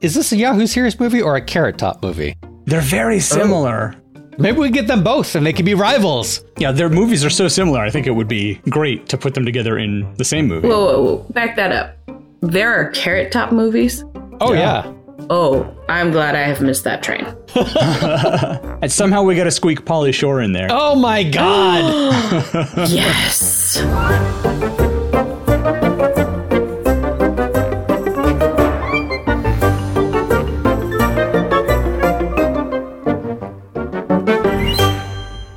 Is this a Yahoo Serious movie or a Carrot Top movie? They're Oh. very similar. Maybe we get them both and they can be rivals. Yeah, their movies are so similar. I think it would be great to put them together in the same movie. Whoa, whoa, whoa. Back that up. There are Carrot Top movies? Oh, yeah. Oh, I'm glad I have missed that train. and somehow we got to squeak Polly Shore in there. Oh, my God. Yes.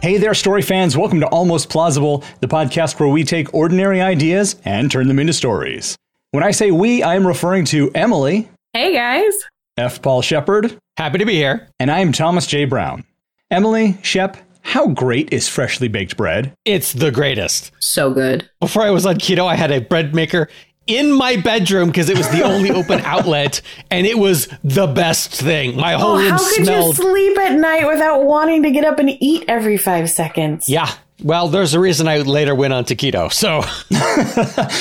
Hey there, story fans. Welcome to Almost Plausible, the podcast where we take ordinary ideas and turn them into stories. When I say we, I am referring to Emily, Hey, guys. F. Paul Shepard, Happy to be here. and I am Thomas J. Brown. Emily, Shep, how great is freshly baked bread? It's the greatest. So good. Before I was on keto, I had a bread maker in my bedroom because it was the only open outlet and it was the best thing. My Oh, whole room How could you smelled. sleep at night without wanting to get up and eat every five seconds? yeah. Well, there's a reason I later went on to keto. So,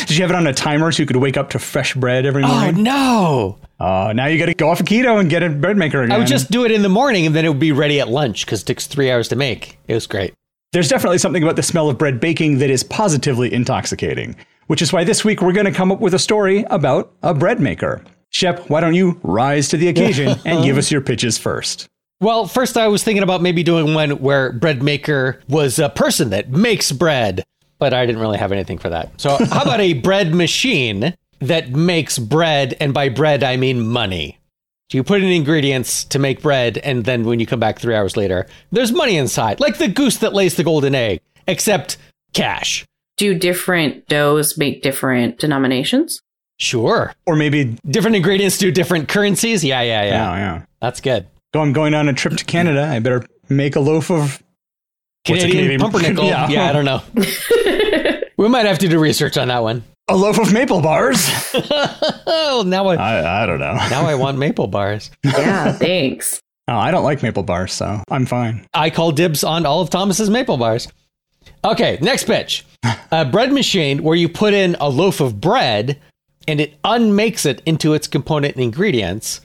Did you have it on a timer so you could wake up to fresh bread every oh morning? no. Uh, now you got to go off of keto and get a bread maker again. I would just do it in the morning and then it would be ready at lunch because it takes three hours to make. It was great. There's definitely something about the smell of bread baking that is positively intoxicating, which is why this week we're going to come up with a story about a bread maker. Shep, why don't you rise to the occasion and give us your pitches first? Well, first I was thinking about maybe doing one where bread maker was a person that makes bread, but I didn't really have anything for that. So, how about a bread machine that makes bread and by bread I mean money. So you put in ingredients to make bread and then when you come back 3 hours later, there's money inside, like the goose that lays the golden egg, except cash. Do different doughs make different denominations? Sure. Or maybe, Different ingredients do different currencies. Yeah, yeah, yeah. yeah, yeah. That's good. Go, I'm going on a trip to Canada. I better make a loaf of. What's a Canadian, Canadian- pumpernickel. Yeah. Yeah. I don't know. we might have to do research on that one. A loaf of maple bars? Oh, now I I, I don't know. now I want maple bars. Yeah, thanks. No, I don't like maple bars, so I'm fine. I call dibs on all of Thomas's maple bars. Okay, next pitch. A bread machine where you put in a loaf of bread and it unmakes it into its component ingredients.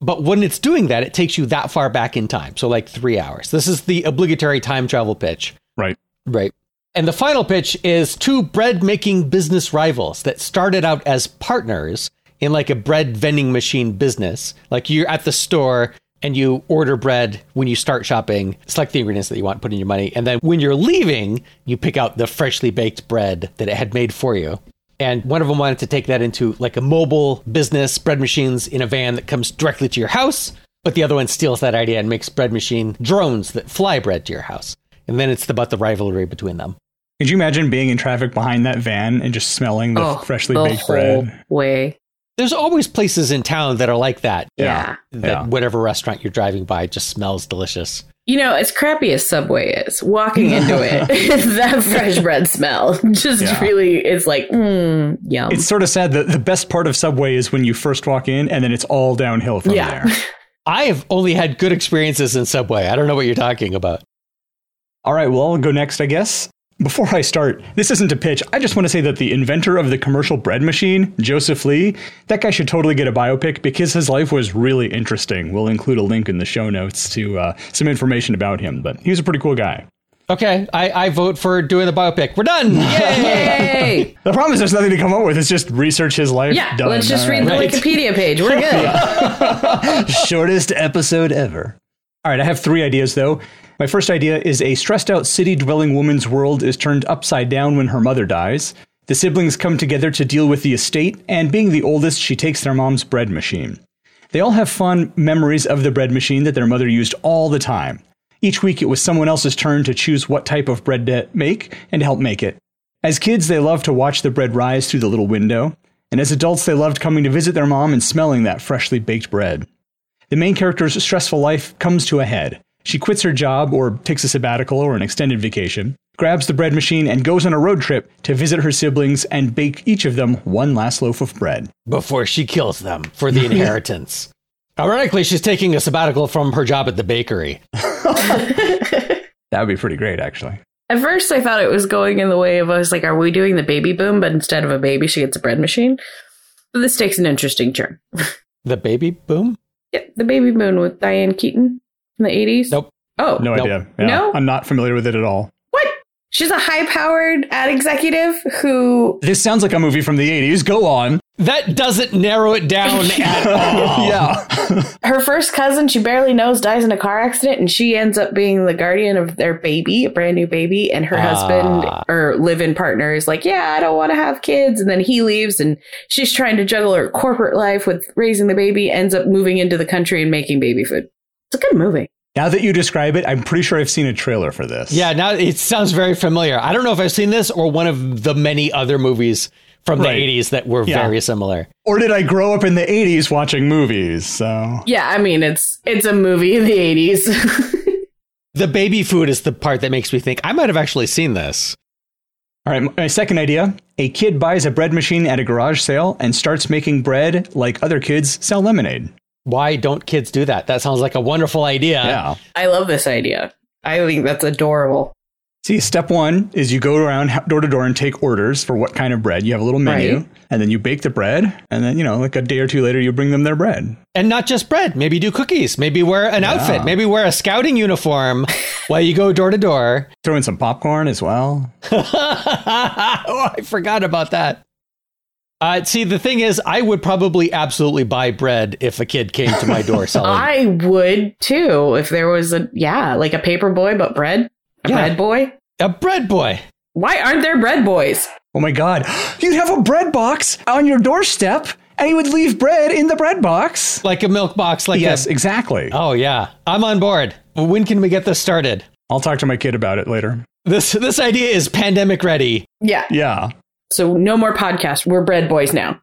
But when it's doing that, it takes you that far back in time. So, like three hours. This is the obligatory time travel pitch. Right. Right. And the final pitch is two bread making business rivals that started out as partners in like a bread vending machine business. Like you're at the store and you order bread when you start shopping, select the ingredients that you want, put in your money. And then when you're leaving, you pick out the freshly baked bread that it had made for you. And one of them wanted to take that into like a mobile business, bread machines in a van that comes directly to your house. But the other one steals that idea and makes bread machine drones that fly bread to your house. And then it's about the rivalry between them. Could you imagine being in traffic behind that van and just smelling the Oh, freshly the baked whole bread? way. There's always places in town that are like that. Yeah. That Yeah. whatever restaurant you're driving by just smells delicious. You know, as crappy as Subway is, walking into it, that fresh bread smell just Yeah. really is like, mm, yum. It's sort of sad that the best part of Subway is when you first walk in and then it's all downhill from Yeah. there. I have only had good experiences in Subway. I don't know what you're talking about. All right, well, I'll go next, I guess. Before I start, this isn't a pitch. I just want to say that the inventor of the commercial bread machine, Joseph Lee, that guy should totally get a biopic because his life was really interesting. We'll include a link in the show notes to uh, some information about him, but he was a pretty cool guy. Okay, I, I vote for doing the biopic. We're done. Yay! Yay! The problem is there's nothing to come up with. It's just research his life. Yeah, done. let's just All read the right. Wikipedia page. We're good. Shortest episode ever. All right, I have three ideas though. My first idea is a stressed out city dwelling woman's world is turned upside down when her mother dies. The siblings come together to deal with the estate, and being the oldest, she takes their mom's bread machine. They all have fond memories of the bread machine that their mother used all the time. Each week, it was someone else's turn to choose what type of bread to make and help make it. As kids, they loved to watch the bread rise through the little window, and as adults, they loved coming to visit their mom and smelling that freshly baked bread. The main character's stressful life comes to a head. She quits her job or takes a sabbatical or an extended vacation, grabs the bread machine, and goes on a road trip to visit her siblings and bake each of them one last loaf of bread. Before she kills them for the inheritance. Ironically, she's taking a sabbatical from her job at the bakery. That would be pretty great, actually. At first, I thought it was going in the way of I was like, "Are we doing the baby boom?" But instead of a baby, she gets a bread machine. This takes an interesting turn. The baby boom? Yeah, the baby moon with Diane Keaton in the 80s. Nope. Oh, No Nope. idea. Yeah, No? I'm not familiar with it at all. what? She's a high powered ad executive who This sounds like a movie from the 80s. Go on. That doesn't narrow it down at all. yeah. her first cousin she barely knows dies in a car accident and she ends up being the guardian of their baby, a brand new baby, and her Ah. husband or live in partner is like, Yeah, I don't want to have kids and then he leaves and she's trying to juggle her corporate life with raising the baby, ends up moving into the country and making baby food. It's a good movie. Now that you describe it, I'm pretty sure I've seen a trailer for this. Yeah, now it sounds very familiar. I don't know if I've seen this or one of the many other movies from Right. the 80s that were Yeah. very similar. Or did I grow up in the 80s watching movies? So Yeah, I mean it's it's a movie in the 80s. The baby food is the part that makes me think I might have actually seen this. All right, my second idea. A kid buys a bread machine at a garage sale and starts making bread like other kids sell lemonade. Why don't kids do that? That sounds like a wonderful idea. yeah. I love this idea. I think that's adorable. See, step one is you go around ho- door to door and take orders for what kind of bread. You have a little menu, Right. and then you bake the bread, and then, you know, like a day or two later, you bring them their bread. And not just bread, maybe do cookies, maybe wear an outfit, maybe wear a scouting uniform while you go door to door. Throw in some popcorn as well. oh, I forgot about that. Uh, see, the thing is, I would probably absolutely buy bread if a kid came to my door selling. I would too if there was a yeah, like a paper boy but bread. A Yeah. bread boy. a bread boy. Why aren't there bread boys? Oh my God. You'd have a bread box on your doorstep, and you would leave bread in the bread box. like a milk box like Yes, yes exactly. oh yeah i'm on board when can we get this started I'll talk to my kid about it later. this this idea is pandemic ready Yeah. Yeah. So no more podcast. We're bread boys now.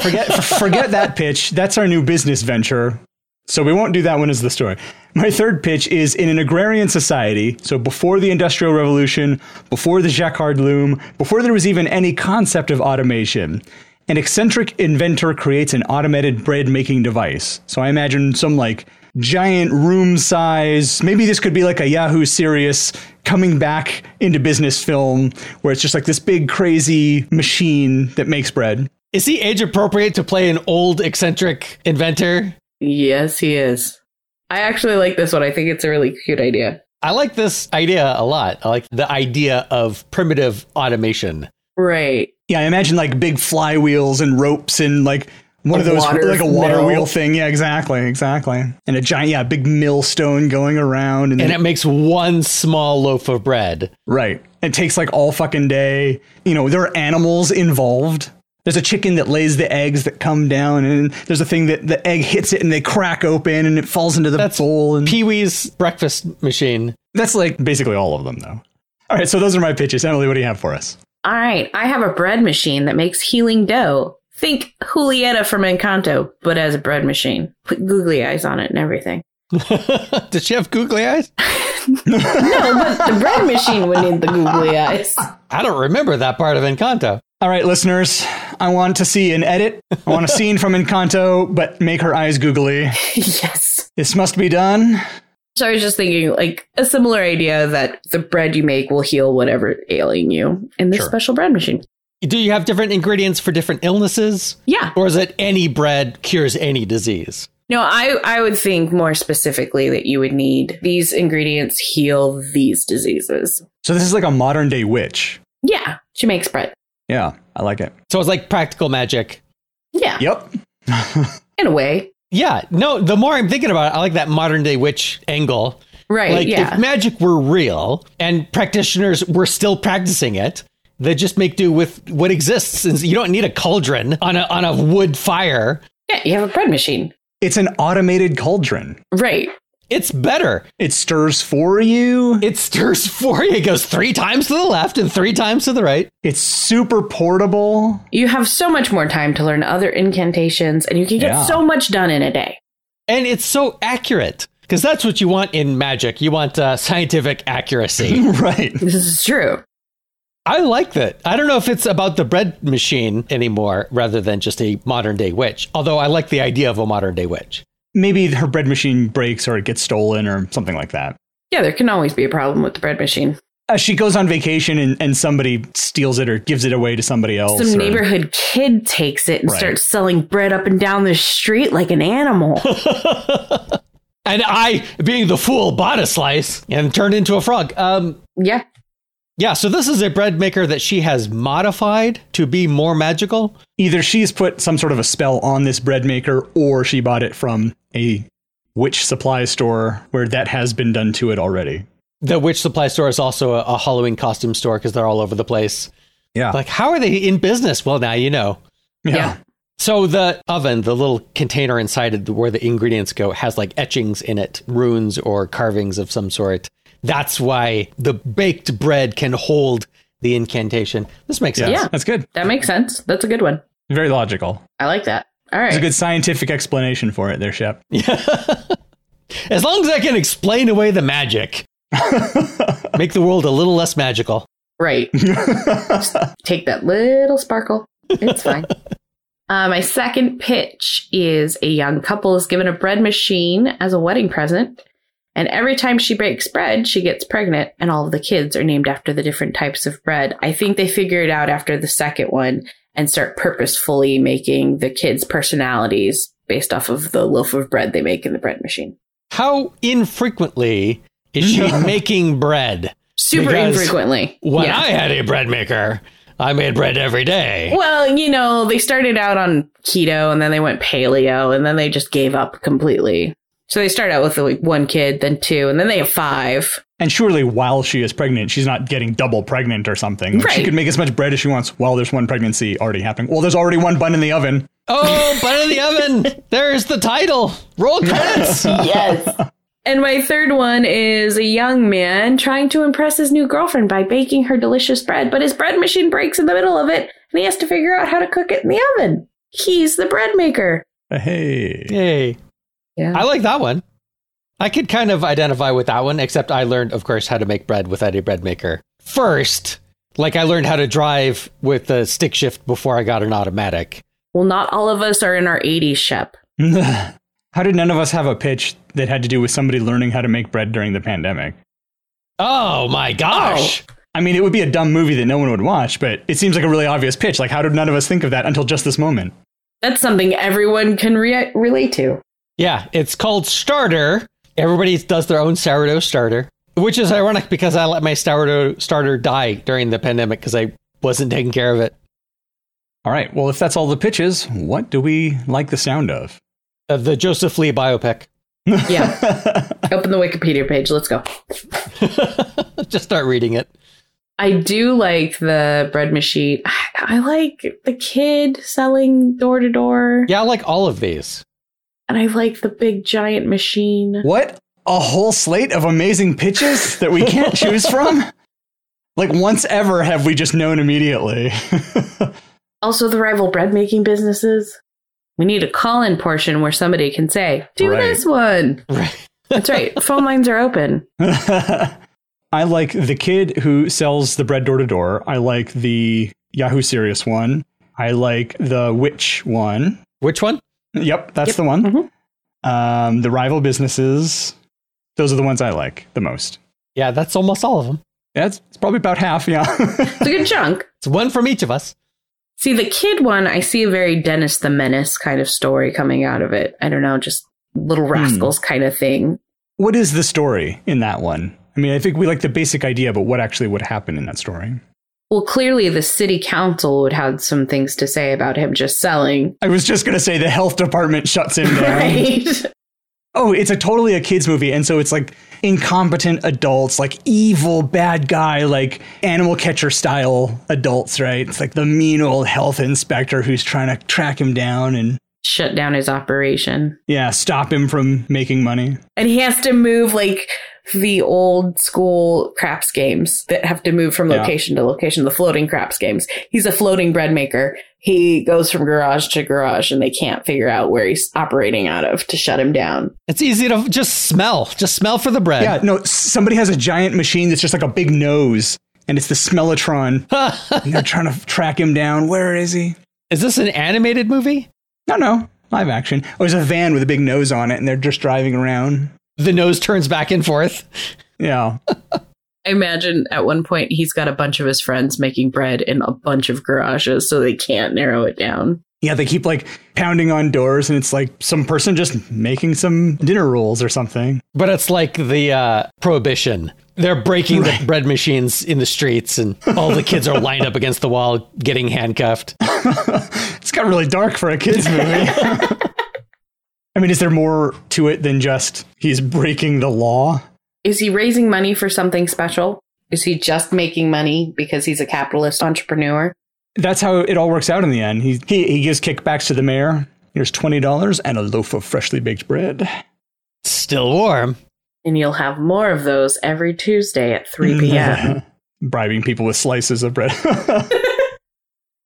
forget forget that pitch. That's our new business venture. So we won't do that one as the story. My third pitch is in an agrarian society, so before the Industrial Revolution, before the Jacquard loom, before there was even any concept of automation, an eccentric inventor creates an automated bread making device. So I imagine some like giant room size, maybe this could be like a Yahoo Serious coming back into business film where it's just like this big crazy machine that makes bread. is he age appropriate to play an old eccentric inventor Yes, he is. I actually like this one. I think it's a really cute idea. i like this idea a lot i like the idea of primitive automation Right. Yeah, I imagine like big flywheels and ropes and like one A of those water like a water mill. wheel thing. Yeah, exactly, exactly. And a giant, yeah, big millstone going around and, and then, it makes one small loaf of bread right. It takes like all fucking day. You know, there are animals involved. There's a chicken that lays the eggs that come down, and there's a thing that the egg hits it and they crack open and it falls into the That's bowl. And pee-wee's breakfast machine that's like basically all of them, though. All right, so those are my pitches. Emily, what do you have for us? All right. I have a bread machine that makes healing dough. Think Julieta from Encanto, but as a bread machine. Put googly eyes on it and everything. does she have googly eyes No, but the bread machine would need the googly eyes. i don't remember that part of encanto All right, listeners, I want to see an edit. I want a scene from Encanto, but make her eyes googly. yes. This must be done. So I was just thinking, like, a similar idea that the bread you make will heal whatever ailing you in this Sure. special bread machine. do you have different ingredients for different illnesses Yeah. or is it any bread cures any disease No, I, I would think more specifically that you would need these ingredients heal these diseases. So this is like a modern day witch. Yeah. She makes bread. Yeah, I like it. so it's like practical magic Yeah. Yep. In a way. Yeah, no, the more I'm thinking about it, I like that modern day witch angle. Right. Like, yeah. if magic were real and practitioners were still practicing it, they just make do with what exists. And you don't need a cauldron on a, on a wood fire. yeah. You have a bread machine. It's an automated cauldron. Right. It's better. It stirs for you. It stirs for you. It goes three times to the left and three times to the right. It's super portable. You have so much more time to learn other incantations and you can get Yeah. so much done in a day. And it's so accurate because that's what you want in magic. You want uh, scientific accuracy. right. This is true. I like that. I don't know if it's about the bread machine anymore rather than just a modern day witch, although I like the idea of a modern day witch. Maybe her bread machine breaks or it gets stolen or something like that. Yeah, there can always be a problem with the bread machine. uh, she goes on vacation and, and somebody steals it or gives it away to somebody else. Some or- neighborhood kid takes it and Oh, Right. starts selling bread up and down the street like an animal. and I, being the fool, bought a slice and turned into a frog. Um, yeah. yeah, so this is a bread maker that she has modified to be more magical. Either she's put some sort of a spell on this bread maker or she bought it from a witch supply store where that has been done to it already. The witch supply store is also a, a Halloween costume store because they're all over the place. Yeah. Like, how are they in business? Well, now you know. yeah. So the oven, the little container inside it where the ingredients go, has like etchings in it, runes or carvings of some sort. That's why the baked bread can hold the incantation. This makes sense. Yeah. That's good. That makes sense. That's a good one. Very logical. I like that. All There's a right. good scientific explanation for it there, Shep. As long as I can explain away the magic, make the world a little less magical. right. Take that little sparkle. It's fine. Uh, my second pitch is a young couple is given a bread machine as a wedding present. And every time she bakes bread, she gets pregnant, and all of the kids are named after the different types of bread. I think they figure it out after the second one and start purposefully making the kids' personalities based off of the loaf of bread they make in the bread machine. How infrequently is she making bread? Super Because infrequently. When Yeah. I had a bread maker, I made bread every day. Well, you know, they started out on keto and then they went paleo and then they just gave up completely. So they start out with like one kid, then two, and then they have five. And surely while she is pregnant, she's not getting double pregnant or something. Like, She Right. could make as much bread as she wants while there's one pregnancy already happening. Well, there's already one bun in the oven. Oh, bun in the oven. There's the title. Roll credits. Yes. and my third one is a young man trying to impress his new girlfriend by baking her delicious bread, but his bread machine breaks in the middle of it and he has to figure out how to cook it in the oven. He's the bread maker. Uh, Hey. Yay. Yeah. I like that one. I could kind of identify with that one, except I learned, of course, how to make bread without a bread maker first. Like I learned how to drive with the stick shift before I got an automatic. Well, not all of us are in our 80s, Shep. How did none of us have a pitch that had to do with somebody learning how to make bread during the pandemic? Oh my gosh. I mean, it would be a dumb movie that no one would watch, but it seems like a really obvious pitch. Like, how did none of us think of that until just this moment? That's something everyone can re- relate to. Yeah, it's called starter. Everybody does their own sourdough starter, which is ironic because I let my sourdough starter die during the pandemic because I wasn't taking care of it. All right. Well, if that's all the pitches, what do we like the sound of? Uh, the Joseph Lee biopic. Yeah. Open the Wikipedia page. Let's go. Just start reading it. I do like the bread machine. I, I like the kid selling door to door. Yeah, I like all of these. And I like the big giant machine. What? A whole slate of amazing pitches that we can't choose from? Like, once ever have we just known immediately. Also, the rival bread making businesses. We need a call in portion where somebody can say, do Right. this one. Right. That's right. Phone lines are open. I like the kid who sells the bread door to door. I like the Yahoo Serious one. I like the witch one. Which one? Yep, that's the one. Mhm. Um, the rival businesses. Those are the ones I like the most. Yeah, that's almost all of them. That's it's probably about half. Yeah. It's a good chunk. It's one from each of us. See, the kid one, I see a very Dennis the Menace kind of story coming out of it. I don't know, just little rascals kind of thing. what is the story in that one? I mean, I think we like the basic idea, but what actually would happen in that story? Well, clearly the city council would have some things to say about him just selling. I was just going to say the health department shuts him down. Right. Oh, it's a totally a kids movie, and so it's like incompetent adults, like evil bad guy, like animal catcher style adults, right? It's like the mean old health inspector who's trying to track him down and Shut down his operation. yeah, stop him from making money. And he has to move like the old school craps games that have to move from Yeah. location to location, the floating craps games. He's a floating bread maker. He goes from garage to garage and they can't figure out where he's operating out of to shut him down. It's easy to just smell. Just smell for the bread. Yeah, no, somebody has a giant machine that's just like a big nose, and it's the Smellatron. and they're trying to track him down. Where is he? Is this an animated movie? No, no, live action. Oh, there's a van with a big nose on it, and they're just driving around. The nose turns back and forth. Yeah. I imagine at one point he's got a bunch of his friends making bread in a bunch of garages so they can't narrow it down. Yeah, they keep like pounding on doors, and it's like some person just making some dinner rolls or something. But it's like the uh, prohibition. They're breaking the bread machines in the streets, and all the kids are lined up against the wall, getting handcuffed. It's got really dark for a kids movie. I mean, is there more to it than just he's breaking the law? Is he raising money for something special? Is he just making money because he's a capitalist entrepreneur? That's how it all works out in the end. He he, he gives kickbacks to the mayor. Here's twenty dollars and a loaf of freshly baked bread. Still warm. And you'll have more of those every Tuesday at Mm-hmm. 3 p.m. Bribing people with slices of bread.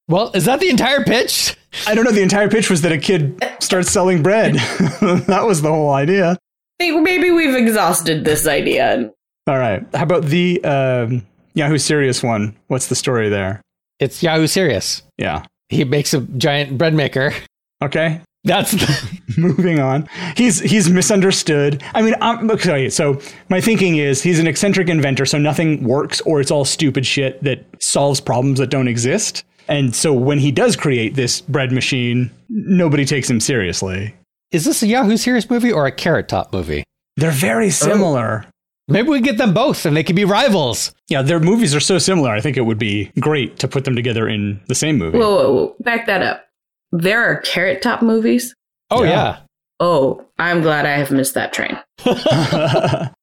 Well, is that the entire pitch? I don't know. The entire pitch was that a kid starts selling bread. that was the whole idea. I think maybe we've exhausted this idea. All right. How about the um, Yahoo Serious one? What's the story there? It's Yahoo Serious. Yeah. He makes a giant bread maker. Okay. That's the, Moving on. He's he's misunderstood. I mean, I'm okay. So my thinking is he's an eccentric inventor, so nothing works, or it's all stupid shit that solves problems that don't exist. And so when he does create this bread machine, nobody takes him seriously. is this a Yahoo Serious movie or a Carrot Top movie? They're very similar. Maybe we get them both, and they could be rivals. Yeah, their movies are so similar. I think it would be great to put them together in the same movie. Whoa, whoa, whoa. Back that up. There are carrot top movies. Oh Yeah. yeah. Oh, I'm glad I have missed that train.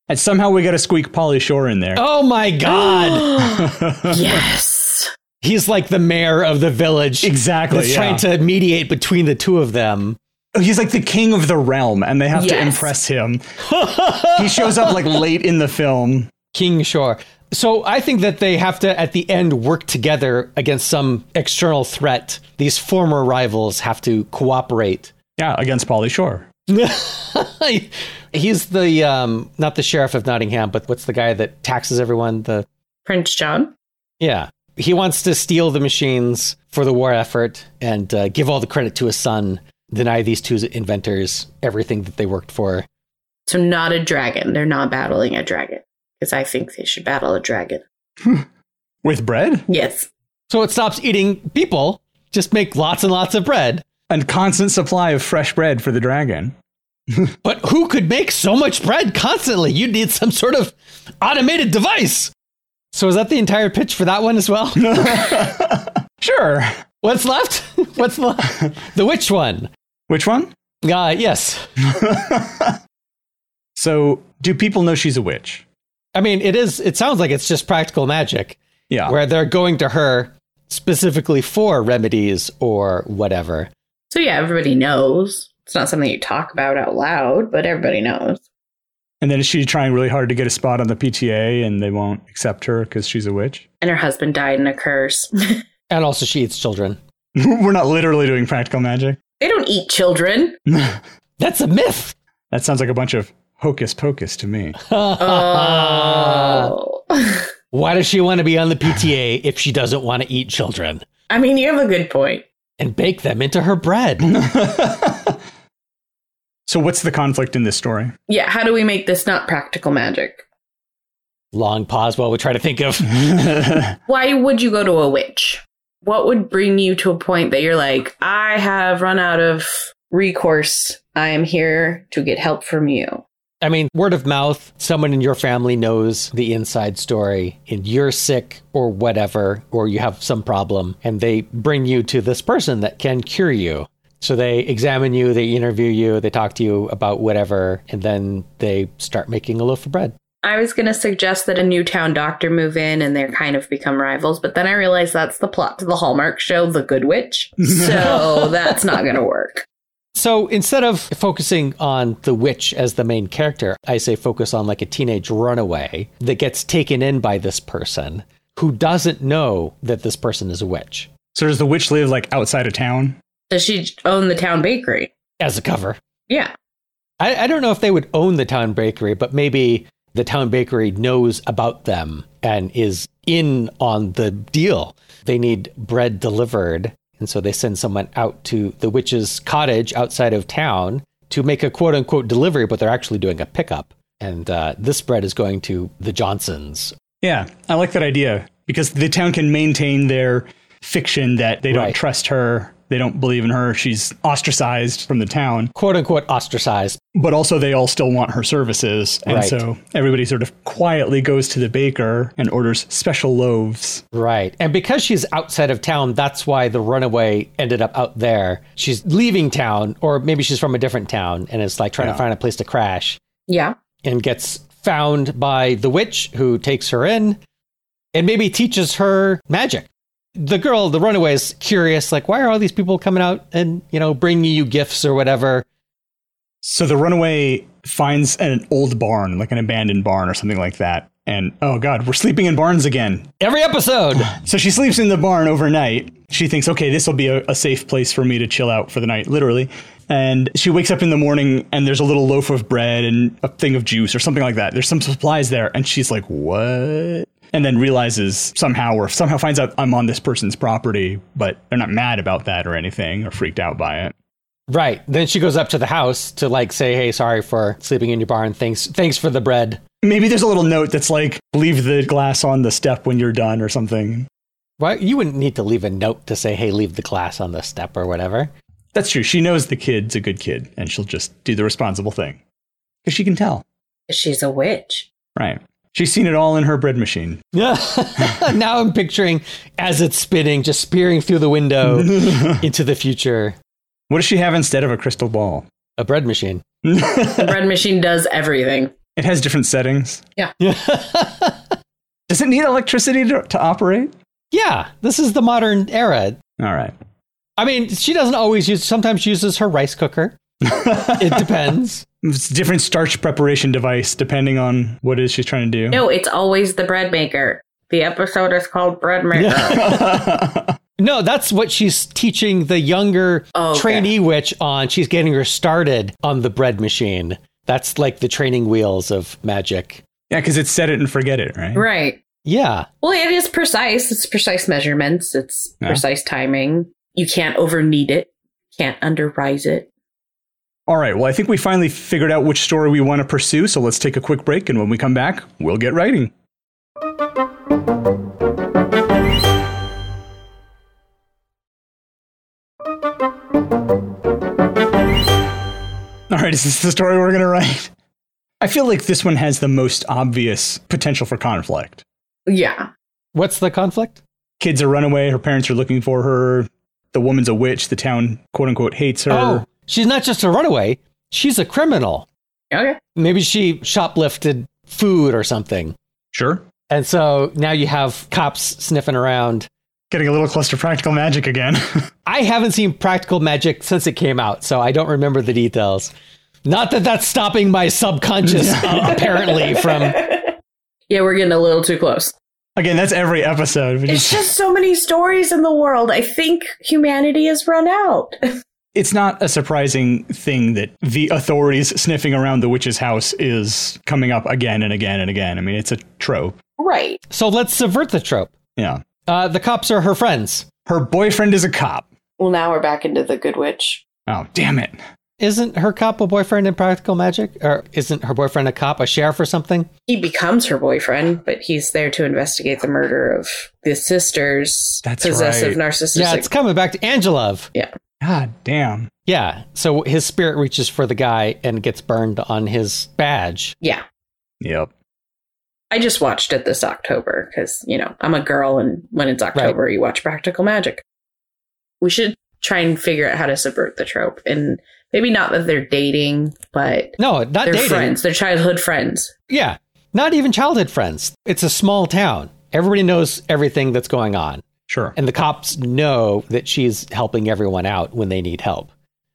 and somehow we got to squeak Polly Shore in there. Oh my God. yes. He's like the mayor of the village. exactly. That's yeah. trying to mediate between the two of them. He's like the king of the realm, and they have to Yes. impress him. he shows up like late in the film. King Shore. So I think that they have to, at the end, work together against some external threat. These former rivals have to cooperate. Yeah, against Polly Shore. He's the um, not the sheriff of Nottingham, but what's the guy that taxes everyone? The Prince John? yeah, he wants to steal the machines for the war effort and uh, give all the credit to his son. Deny these two inventors everything that they worked for. So, not a dragon. They're not battling a dragon because I think they should battle a dragon. With bread Yes. So it stops eating people. Just make lots and lots of bread. and constant supply of fresh bread for the dragon. But who could make so much bread constantly? You'd need some sort of automated device. So is that the entire pitch for that one as well? Sure. What's left? What's left? The witch one. Which one? Uh, yes. So, do people know she's a witch? I mean, it is. It sounds like it's just practical magic Yeah. where they're going to her specifically for remedies or whatever. So, yeah, everybody knows. It's not something you talk about out loud, but everybody knows. And then is she trying really hard to get a spot on the PTA and they won't accept her because she's a witch? And her husband died in a curse. And also, she eats children. We're not literally doing practical magic. they don't eat children. That's a myth. That sounds like a bunch of hocus pocus to me. Oh. Why does she want to be on the PTA if she doesn't want to eat children I mean, you have a good point. and bake them into her bread? so, what's the conflict in this story? Yeah, how do we make this not practical magic? Long pause while we try to think of Why would you go to a witch? What would bring you to a point that you're like, I have run out of recourse. I am here to get help from you. I mean, word of mouth, someone in your family knows the inside story, and you're sick or whatever, or you have some problem, and they bring you to this person that can cure you. So they examine you, they interview you, they talk to you about whatever, and then they start making a loaf of bread. I was going to suggest that a new town doctor move in and they're kind of become rivals, but then I realized that's the plot to the Hallmark show, The Good Witch. So that's not going to work. So instead of focusing on the witch as the main character, I say focus on like a teenage runaway that gets taken in by this person who doesn't know that this person is a witch So, does the witch live like outside of town? Does she own the town bakery? as a cover. Yeah. I, I don't know if they would own the town bakery, but maybe the town bakery knows about them and is in on the deal. They need bread delivered. And so they send someone out to the witch's cottage outside of town to make a quote unquote delivery, but they're actually doing a pickup. And uh, this bread is going to the Johnsons Yeah, I like that idea because the town can maintain their fiction that they don't Right. trust her, they don't believe in her, she's ostracized from the town, quote unquote ostracized. but also they all still want her services. And Right. so everybody sort of quietly goes to the baker and orders special loaves. Right. And because she's outside of town, that's why the runaway ended up out there. She's leaving town, or maybe she's from a different town and is like trying Yeah. to find a place to crash Yeah. and gets found by the witch who takes her in and maybe teaches her magic. The girl, the runaway, is curious, like, why are all these people coming out and, you know, bringing you gifts or whatever? So the runaway finds an old barn, like an abandoned barn or something like that. And oh God, we're sleeping in barns again. Every episode. So she sleeps in the barn overnight. She thinks, okay, this will be a, a safe place for me to chill out for the night, literally. And she wakes up in the morning and there's a little loaf of bread and a thing of juice or something like that. There's some supplies there. And she's like, what? And then realizes somehow or somehow finds out I'm on this person's property, but they're not mad about that or anything or freaked out by it. Right. Then she goes up to the house to like say, "Hey, sorry for sleeping in your barn. Thanks, thanks for the bread." Maybe there's a little note that's like, leave the glass on the step when you're done or something. Why you wouldn't need to leave a note to say, "Hey, leave the glass on the step" or whatever. That's true. She knows the kid's a good kid and she'll just do the responsible thing because she can tell. She's a witch. Right. She's seen it all in her bread machine. Yeah. now I'm picturing as it's spinning, just spearing through the window into the future, What does she have instead of a crystal ball? a bread machine. The it bread machine does everything. has different settings. yeah. Does it need electricity to, to operate? This is the modern era. All right. I mean, she doesn't always use. Sometimes she uses her rice cooker. it depends. It's a different starch preparation device depending on what it is she's trying to do. No, it's always the bread maker. The episode is called Bread Maker. No, that's what she's teaching the younger Oh, okay. trainee witch on. She's getting her started on the bread machine. That's like the training wheels of magic. yeah, because it's set it and forget it, right? Right. Yeah. Well, it is precise. It's precise measurements. It's Yeah. precise timing. You can't over knead it. Can't under rise it. All right. Well, I think we finally figured out which story we want to pursue. So let's take a quick break. And when we come back, we'll get writing. All right. Is this the story we're going to write? I feel like this one has the most obvious potential for conflict. Yeah. What's the conflict? Kids are runaway. Her parents are looking for her. The woman's a witch. The town, quote unquote, hates her. Oh, she's not just a runaway, she's a criminal. Okay. Maybe she shoplifted food or something. Sure. And so now you have cops sniffing around. Getting a little close to practical magic again. I haven't seen Practical Magic since it came out, so I don't remember the details. Not that that's stopping my subconscious uh, apparently Um, from Yeah, we're getting a little too close. Again, that's every episode. We It's just, just so many stories in the world. I think humanity has run out. it's not a surprising thing that the authorities sniffing around the witch's house is coming up again and again and again. I mean, it's a trope. right. So let's subvert the trope. Yeah. Uh, the cops are her friends. Her boyfriend is a cop. Well, now we're back into the good witch. Oh, damn it. Isn't her cop a boyfriend in Practical Magic? Or isn't her boyfriend a cop, a sheriff or something? He becomes her boyfriend, but he's there to investigate the murder of the sister's That's possessive right. narcissistic. yeah, it's coming back to Angelov. God damn. Yeah, so his spirit reaches for the guy and gets burned on his badge. yeah. Yep. I just watched it this October because, you know, I'm a girl and when it's October, you watch Practical Magic. We should try and figure out how to subvert the trope. And maybe not that they're dating, but No, not they're dating. friends. They're childhood friends. Yeah, not even childhood friends. It's a small town. Everybody knows everything that's going on. Sure. And the cops know that she's helping everyone out when they need help.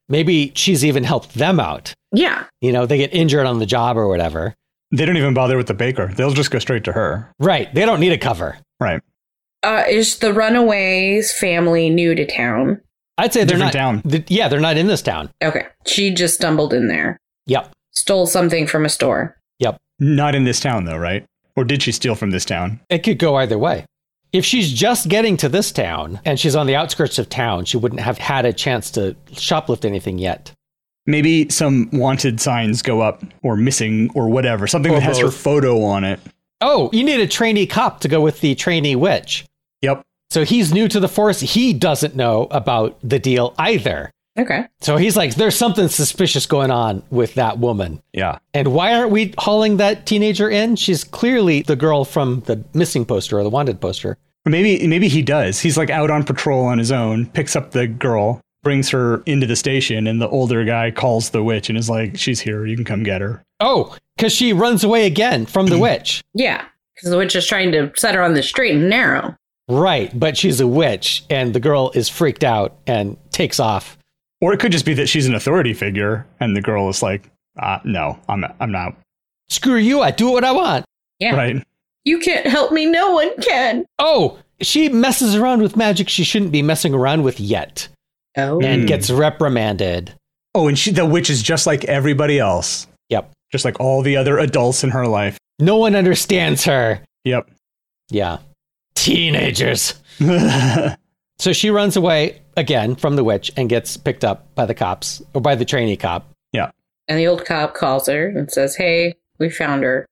Maybe she's even helped them out. Yeah. You know, they get injured on the job or whatever. They don't even bother with the baker. They'll just go straight to her. Right. They don't need a cover. Right. Uh, is the runaways family new to town? I'd say they're Different town. not th- yeah, they're not in this town. Okay. She just stumbled in there, Yep. stole something from a store. Not in this town, though, right? Or did she steal from this town? It could go either way. If she's just getting to this town and she's on the outskirts of town, she wouldn't have had a chance to shoplift anything yet. Maybe some wanted signs go up or missing or whatever. Something Or that has her both. photo on it. Oh, you need a trainee cop to go with the trainee witch. Yep. So he's new to the force. He doesn't know about the deal either. Okay. So he's like, there's something suspicious going on with that woman. Yeah. And why aren't we hauling that teenager in? She's clearly the girl from the missing poster or the wanted poster. Maybe maybe he does. He's like out on patrol on his own, picks up the girl, brings her into the station, and the older guy calls the witch and is like, "She's here. You can come get her." Oh, because she runs away again from the witch. Yeah. Because the witch is trying to set her on the straight and narrow. Right. But she's a witch and the girl is freaked out and takes off. Or it could just be that she's an authority figure, and the girl is like, uh, "No, I'm I'm not." Screw you. I do what I want. Yeah. Right. You can't help me. No one can. Oh, she messes around with magic she shouldn't be messing around with yet Oh. and Hmm. gets reprimanded. Oh, and she the witch is just like everybody else, Yep. just like all the other adults in her life. No one understands her. Yep. Yeah. Teenagers. So she runs away again from the witch and gets picked up by the cops or by the trainee cop. And the old cop calls her and says, Hey, we found her.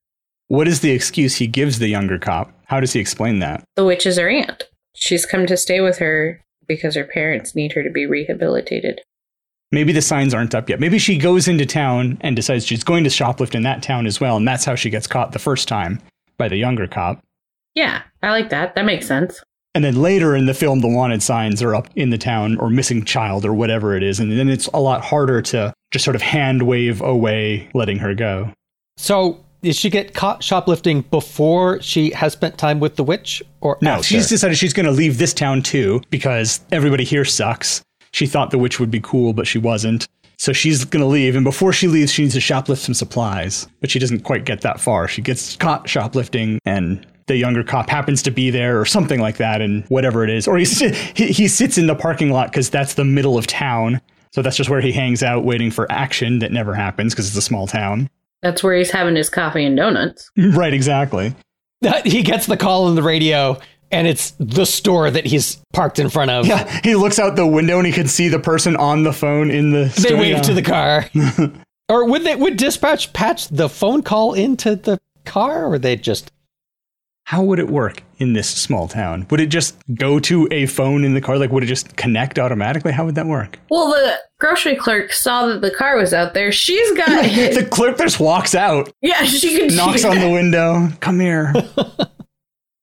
what is the excuse he gives the younger cop? How does he explain that? The witch is her aunt. She's come to stay with her because her parents need her to be rehabilitated. Maybe the signs aren't up yet. Maybe she goes into town and decides she's going to shoplift in that town as well, and that's how she gets caught the first time by the younger cop. Yeah, I like that. That makes sense. And then later in the film, the wanted signs are up in the town or missing child or whatever it is. And then it's a lot harder to just sort of hand wave away letting her go. So did she get caught shoplifting before she has spent time with the witch or No, after? she's decided she's going to leave this town too because everybody here sucks. She thought the witch would be cool, but she wasn't. So she's going to leave. And before she leaves, she needs to shoplift some supplies, but she doesn't quite get that far. She gets caught shoplifting and the younger cop happens to be there or something like that. And whatever it is, or he's, he, he sits in the parking lot because that's the middle of town. So that's just where he hangs out waiting for action that never happens because it's a small town. That's where he's having his coffee and donuts. Right, exactly. he gets the call on the radio and it's the store that he's parked in front of. Yeah, he looks out the window and he can see the person on the phone in the. They studio. wave to the car. or would they would dispatch patch the phone call into the car or they just how would it work in this small town? Would it just go to a phone in the car? Like, would it just connect automatically? How would that work? Well, the grocery clerk saw that the car was out there. She's got The clerk just walks out, Yeah, she can. knocks on the window. Come here.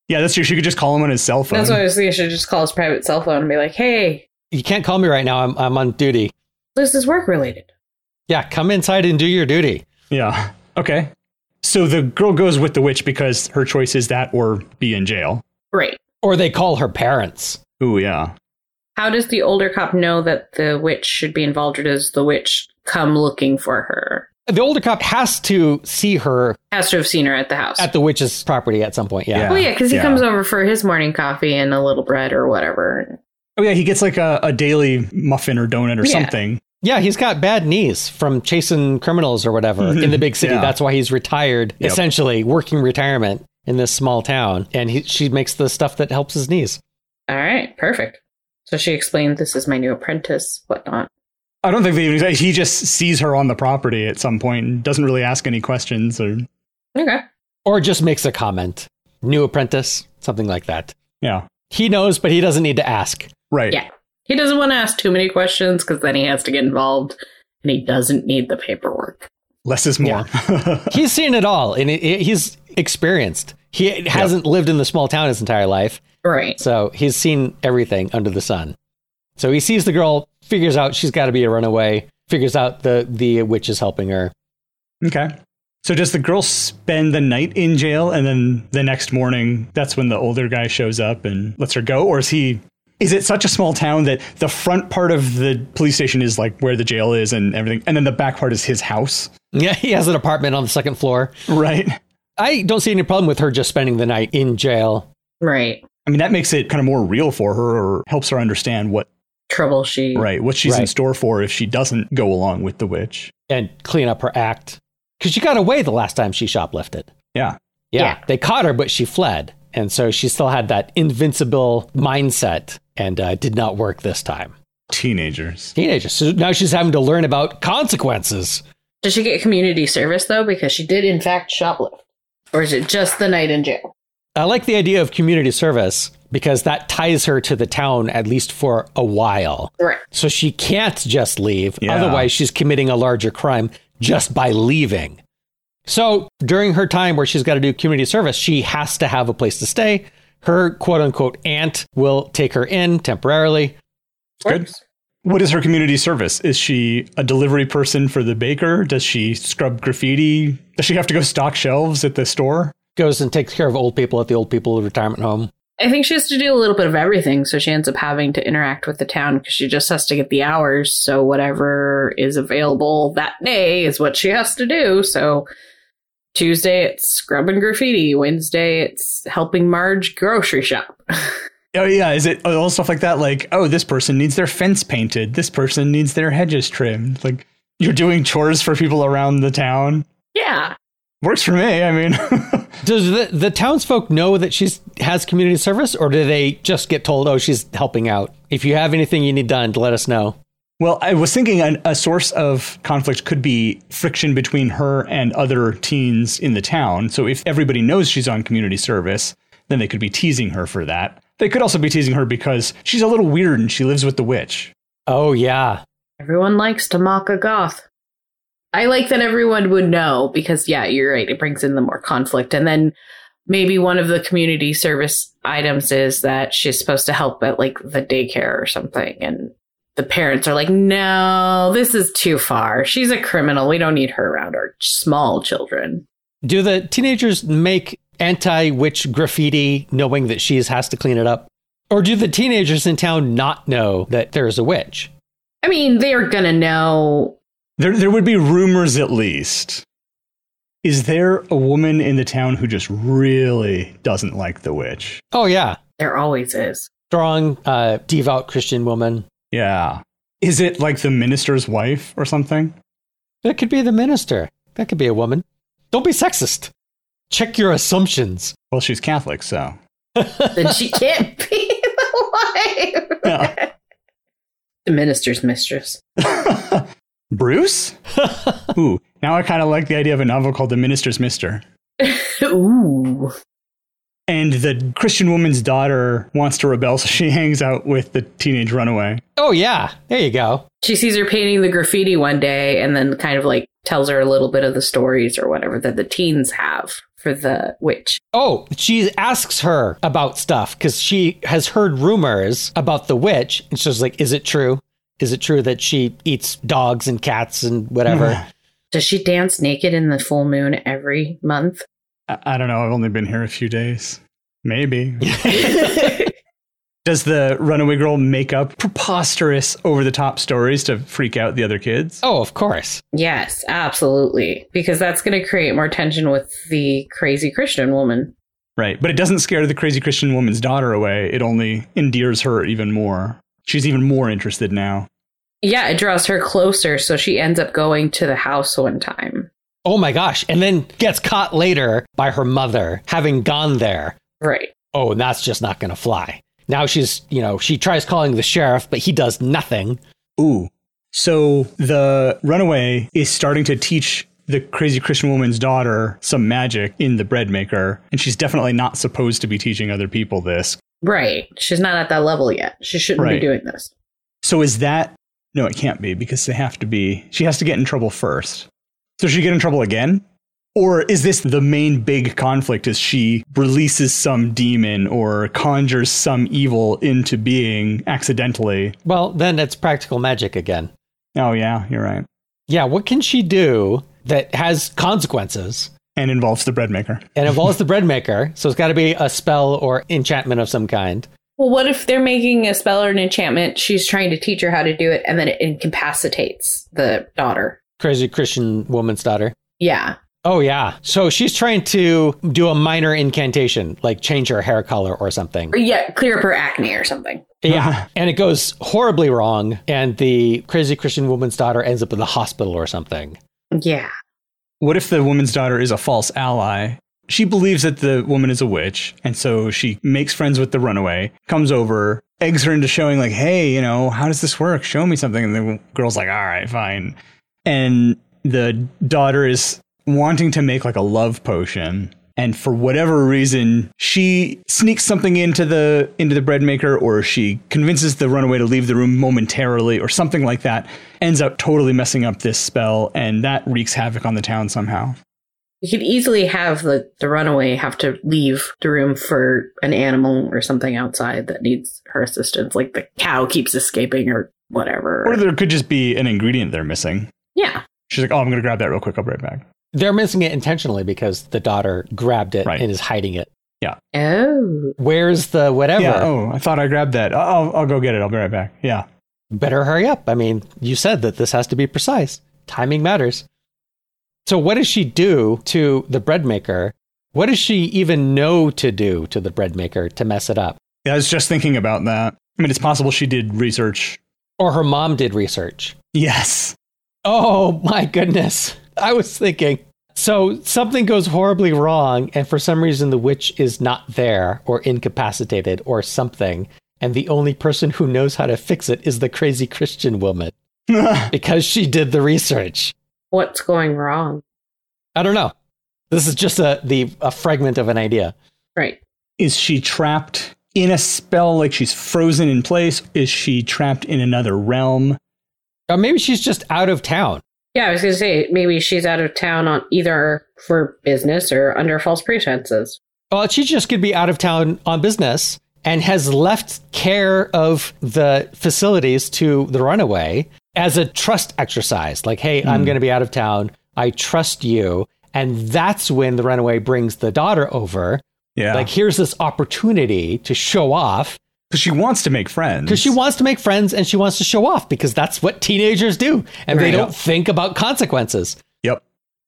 yeah, that's true. She could just call him on his cell phone. That's why I was thinking. I should just call his private cell phone and be like, "Hey, you can't call me right now. I'm I'm on duty. this is work related." Yeah, come inside and do your duty. yeah. Okay. So the girl goes with the witch because her choice is that or be in jail. Right. Or they call her parents. Ooh, yeah. How does the older cop know that the witch should be involved, or does the witch come looking for her? The older cop has to see her Has to have seen her at the house. at the witch's property at some point. Yeah. Yeah. oh yeah, because he Yeah. comes over for his morning coffee and a little bread or whatever. Oh, yeah. He gets like a, a daily muffin or donut or Yeah. something. Yeah, he's got bad knees from chasing criminals or whatever Mhm. in the big city. Yeah. That's why he's retired, Yep. essentially working retirement in this small town. And he, she makes the stuff that helps his knees. All right, perfect. So she explained, "This is my new apprentice, whatnot." I don't think they even. He just sees her on the property at some point and doesn't really ask any questions or. Okay. Or just makes a comment. New apprentice, something like that. Yeah. He knows, but he doesn't need to ask. Right. Yeah. He doesn't want to ask too many questions because then he has to get involved, and he doesn't need the paperwork. Less is more. He's seen it all and he- he- he's experienced. He hasn't lived in the small town his entire life. Right. So he's seen everything under the sun. So he sees the girl, figures out she's got to be a runaway, figures out the, the witch is helping her. okay. So does the girl spend the night in jail and then the next morning that's when the older guy shows up and lets her go or is he is it such a small town that the front part of the police station is like where the jail is and everything and then the back part is his house, Yeah, he has an apartment on the second floor. right? I don't see any problem with her just spending the night in jail. Right. I mean that makes it kind of more real for her or helps her understand what Trouble she. right what she's in Right. store for if she doesn't go along with the witch. and clean up her act because she got away the last time she shoplifted. Yeah. Yeah, Yeah. they caught her, but she fled, and so she still had that invincible mindset, and uh, did not work this time. Teenagers. Teenager, so now she's having to learn about consequences. Does she get community service though? Because she did in fact shoplift. Or is it just the night in jail? I like the idea of community service because that ties her to the town at least for a while. Right. So she can't just leave. Yeah. Otherwise, she's committing a larger crime just by leaving. So during her time where she's got to do community service, she has to have a place to stay. Her quote unquote aunt will take her in temporarily. Good. What is her community service? Is she a delivery person for the baker? Does she scrub graffiti? Does she have to go stock shelves at the store? Goes and takes care of old people at the old people retirement home. I think she has to do a little bit of everything, so she ends up having to interact with the town because she just has to get the hours. So whatever is available that day is what she has to do. So Tuesday it's scrubbing graffiti. Wednesday it's helping Marge grocery shop. Oh yeah, is it all stuff like that? Like, oh, this person needs their fence painted. This person needs their hedges trimmed. Like, you're doing chores for people around the town. yeah, Works for me. I mean, Does the, the townsfolk know that she's has community service or do they just get told, oh, she's helping out? If you have anything you need done, let us know. well, I was thinking an, a source of conflict could be friction between her and other teens in the town. So if everybody knows she's on community service, then they could be teasing her for that. They could also be teasing her because she's a little weird and she lives with the witch. Oh, yeah. everyone likes to mock a goth. I like that everyone would know because yeah, you're right. It brings in the more conflict, and then maybe one of the community service items is that she's supposed to help at like the daycare or something, and the parents are like, "No, this is too far. She's a criminal. We don't need her around our small children." Do the teenagers make anti witch graffiti knowing that she has to clean it up? Or do the teenagers in town not know that there is a witch? I mean, they are gonna know. There, there would be rumors at least. Is there a woman in the town who just really doesn't like the witch? Oh, yeah. There always is. Strong, uh, devout Christian woman. Yeah. Is it like the minister's wife or something? That could be the minister. That could be a woman. Don't be sexist. Check your assumptions. Well, she's Catholic, so. then she can't be the wife. Yeah. The minister's mistress. Bruce? Ooh, now I kind of like the idea of a novel called The Minister's Mister. Ooh. And the Christian woman's daughter wants to rebel, so she hangs out with the teenage runaway. Oh, yeah. There you go. She sees her painting the graffiti one day and then kind of like tells her a little bit of the stories or whatever that the teens have for the witch. Oh, she asks her about stuff because she has heard rumors about the witch. And she's like, Is it true? Is it true that she eats dogs and cats and whatever? Does she dance naked in the full moon every month? I, I don't know. I've only been here a few days. Maybe. Does the runaway girl make up preposterous, over the top stories to freak out the other kids? oh, of course. yes, absolutely. Because that's going to create more tension with the crazy Christian woman. Right. But it doesn't scare the crazy Christian woman's daughter away. It only endears her even more. She's even more interested now. Yeah, it draws her closer. So she ends up going to the house one time. Oh my gosh. And then gets caught later by her mother having gone there. Right. Oh, and that's just not going to fly. Now she's, you know, she tries calling the sheriff, but he does nothing. Ooh. So the runaway is starting to teach the crazy Christian woman's daughter some magic in the bread maker. And she's definitely not supposed to be teaching other people this. Right. She's not at that level yet. She shouldn't Right. be doing this. So is that. No, it can't be because they have to be. She has to get in trouble first. So she get in trouble again? Or is this the main big conflict? Is she releases some demon or conjures some evil into being accidentally? Well, then it's practical magic again. Oh, yeah, you're right. Yeah, what can she do that has consequences And involves the bread maker. and involves the bread maker? So it's got to be a spell or enchantment of some kind. Well, what if they're making a spell or an enchantment? She's trying to teach her how to do it, and then it incapacitates the daughter. Crazy Christian woman's daughter. Yeah. Oh, yeah. So she's trying to do a minor incantation, like change her hair color or something. Or yeah, clear up her acne or something. Yeah. and it goes horribly wrong. And the crazy Christian woman's daughter ends up in the hospital or something. Yeah. What if the woman's daughter is a false ally? She believes that the woman is a witch, and so she makes friends with the runaway, comes over, eggs her into showing, like, hey, you know, how does this work? Show me something. And the girl's like, all right, fine. And the daughter is wanting to make like a love potion. and for whatever reason she sneaks something into the into the bread maker or she convinces the runaway to leave the room momentarily or something like that ends up totally messing up this spell and that wreaks havoc on the town somehow You could easily have the, the runaway have to leave the room for an animal or something outside that needs her assistance, like the cow keeps escaping or whatever. or there could just be an ingredient they're missing yeah. she's like oh i'm gonna grab that real quick i'll be right back They're missing it intentionally because the daughter grabbed it Right. and is hiding it. Oh. Where's the whatever? yeah oh i thought i grabbed that I'll, I'll go get it i'll be right back yeah Better hurry up. I mean, you said that this has to be precise. Timing matters. So, what does she do to the bread maker? What does she even know to do to the bread maker to mess it up? Yeah, I was just thinking about that. I mean, it's possible she did research. Or her mom did research. Yes. Oh my goodness. I was thinking. So something goes horribly wrong, and for some reason, the witch is not there or incapacitated or something. And the only person who knows how to fix it is the crazy Christian woman because she did the research. What's going wrong? I don't know. This is just a, the, a fragment of an idea. Right. Is she trapped in a spell like she's frozen in place? Is she trapped in another realm? Or maybe she's just out of town. Yeah, I was going to say maybe she's out of town on either for business or under false pretenses. Well, she just could be out of town on business and has left care of the facilities to the runaway as a trust exercise. Like, hey, I'm going to be out of town. I trust you. And that's when the runaway brings the daughter over. Yeah. Like, here's this opportunity to show off because she wants to make friends. because she wants to make friends and she wants to show off because that's what teenagers do. And they Right. don't think about consequences. Yep.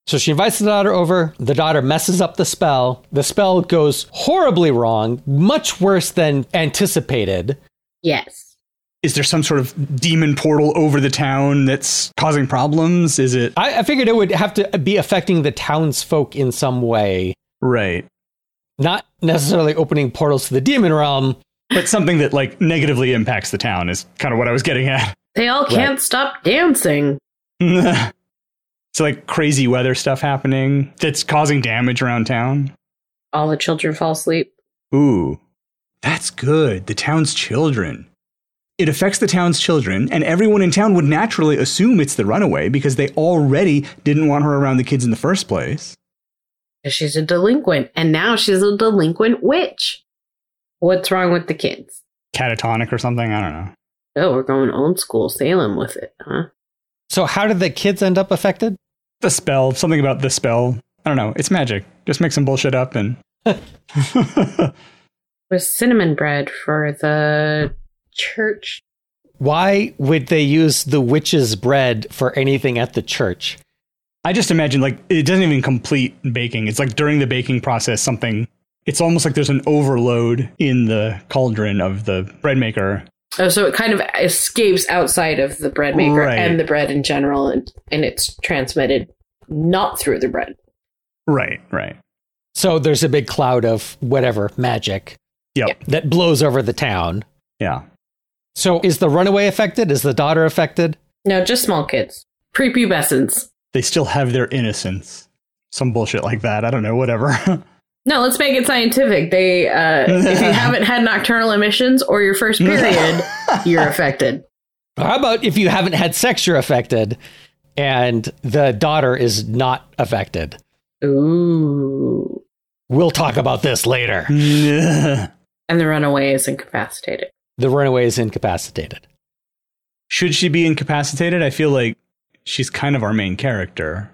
So she invites the daughter over. The daughter messes up the spell. The spell goes horribly wrong, much worse than anticipated. Yes. Is there some sort of demon portal over the town that's causing problems? Is it I, I figured it would have to be affecting the townsfolk in some way, right? not necessarily opening portals to the demon realm. But something that like negatively impacts the town is kind of what I was getting at. They all can't stop dancing. so like crazy weather stuff happening that's causing damage around town. All the children fall asleep. Ooh, that's good. The town's children. It affects the town's children, and everyone in town would naturally assume it's the runaway because they already didn't want her around the kids in the first place. 'cause She's a delinquent, and now she's a delinquent witch. What's wrong with the kids? Catatonic or something? I don't know. Oh, we're going old school Salem with it, huh? So, how did the kids end up affected? The spell, something about the spell. I don't know. It's magic. Just make some bullshit up and. It was cinnamon bread for the church. Why would they use the witch's bread for anything at the church? I just imagine, like, it doesn't even complete baking. It's like during the baking process, something. It's almost like there's an overload in the cauldron of the bread maker Oh, so it kind of escapes outside of the bread maker Right. and the bread in general, and, and it's transmitted not through the bread. Right, right. So there's a big cloud of whatever magic Yep. that blows over the town. Yeah. So is the runaway affected? Is the daughter affected? No, just small kids, prepubescents. They still have their innocence. Some bullshit like that. I don't know, whatever. No, let's make it scientific. They, uh, if you haven't had nocturnal emissions or your first period, you're affected. Or How about if you haven't had sex, you're affected, and the daughter is not affected? Ooh. We'll talk about this later. And the runaway is incapacitated. The runaway is incapacitated. Should she be incapacitated? I feel like she's kind of our main character.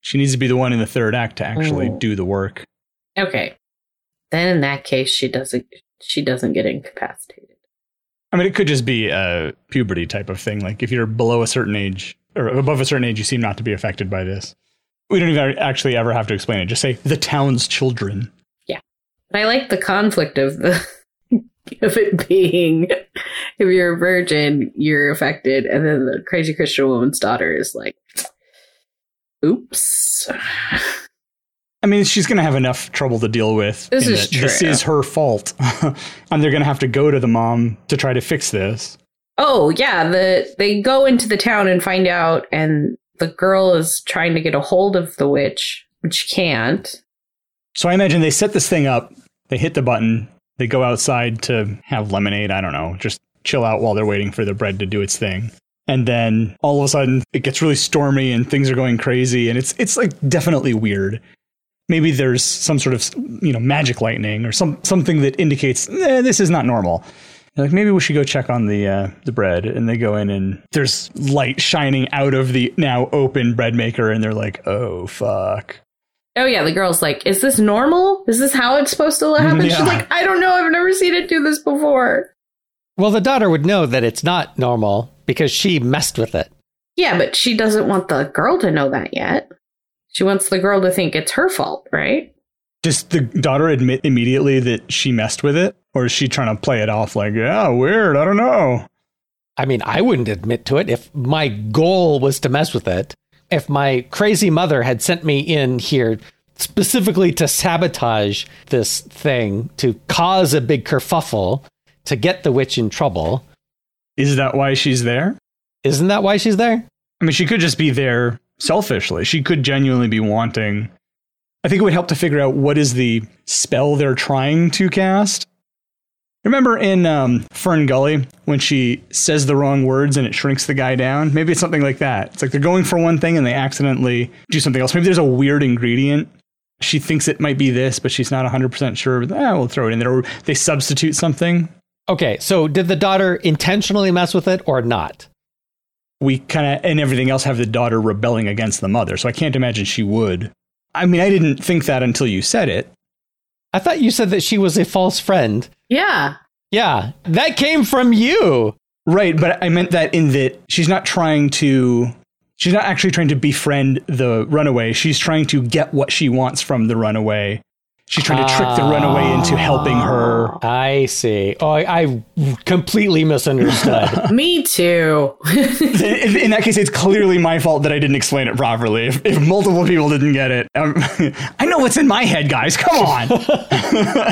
She needs to be the one in the third act to actually Oh. do the work. Okay. Then in that case, she doesn't. She doesn't get incapacitated. I mean, it could just be a puberty type of thing. Like if you're below a certain age or above a certain age, you seem not to be affected by this. We don't even actually ever have to explain it. Just say the town's children. But I like the conflict of the of it being if you're a virgin, you're affected, and then the crazy Christian woman's daughter is like, "Oops." I mean, she's going to have enough trouble to deal with. This in is that This true. is her fault, and they're going to have to go to the mom to try to fix this. Oh yeah, the they go into the town and find out, and the girl is trying to get a hold of the witch, but she can't. So I imagine they set this thing up, they hit the button, they go outside to have lemonade, I don't know, just chill out while they're waiting for the bread to do its thing. And then all of a sudden it gets really stormy and things are going crazy and it's it's like definitely weird. Maybe there's some sort of, you know, magic lightning or some something that indicates eh, this is not normal. They're like maybe we should go check on the uh, the bread and they go in and there's light shining out of the now open bread maker and they're like, "Oh fuck." Oh yeah, the girl's like, "Is this normal? Is this how it's supposed to happen?" Yeah. She's like, "I don't know. I've never seen it do this before." Well, the daughter would know that it's not normal because she messed with it. Yeah, but she doesn't want the girl to know that yet. She wants the girl to think it's her fault, right? Does the daughter admit immediately that she messed with it? Or is she trying to play it off like, yeah, weird, I don't know? I mean, I wouldn't admit to it if my goal was to mess with it. If my crazy mother had sent me in here specifically to sabotage this thing, to cause a big kerfuffle, to get the witch in trouble, Is that why she's there? isn't that why she's there? I mean, she could just be there selfishly. She could genuinely be wanting. I think it would help to figure out what is the spell they're trying to cast. Remember in um, Fern Gully when she says the wrong words and it shrinks the guy down? Maybe it's something like that. It's like they're going for one thing and they accidentally do something else. Maybe there's a weird ingredient. She thinks it might be this, but she's not 100% sure. But, ah, we'll throw it in there. Or they substitute something. Okay, so did the daughter intentionally mess with it or not? we kind of and everything else have the daughter rebelling against the mother so i can't imagine she would i mean i didn't think that until you said it I thought you said that she was a false friend. Yeah. Yeah, that came from you. right but i meant that in that she's not trying to she's not actually trying to befriend the runaway she's trying to get what she wants from the runaway she's trying to trick the runaway into helping her I see. Oh, I, I completely misunderstood. Me too. in, in that case it's clearly my fault that i didn't explain it properly if, if multiple people didn't get it um, i know what's in my head guys come on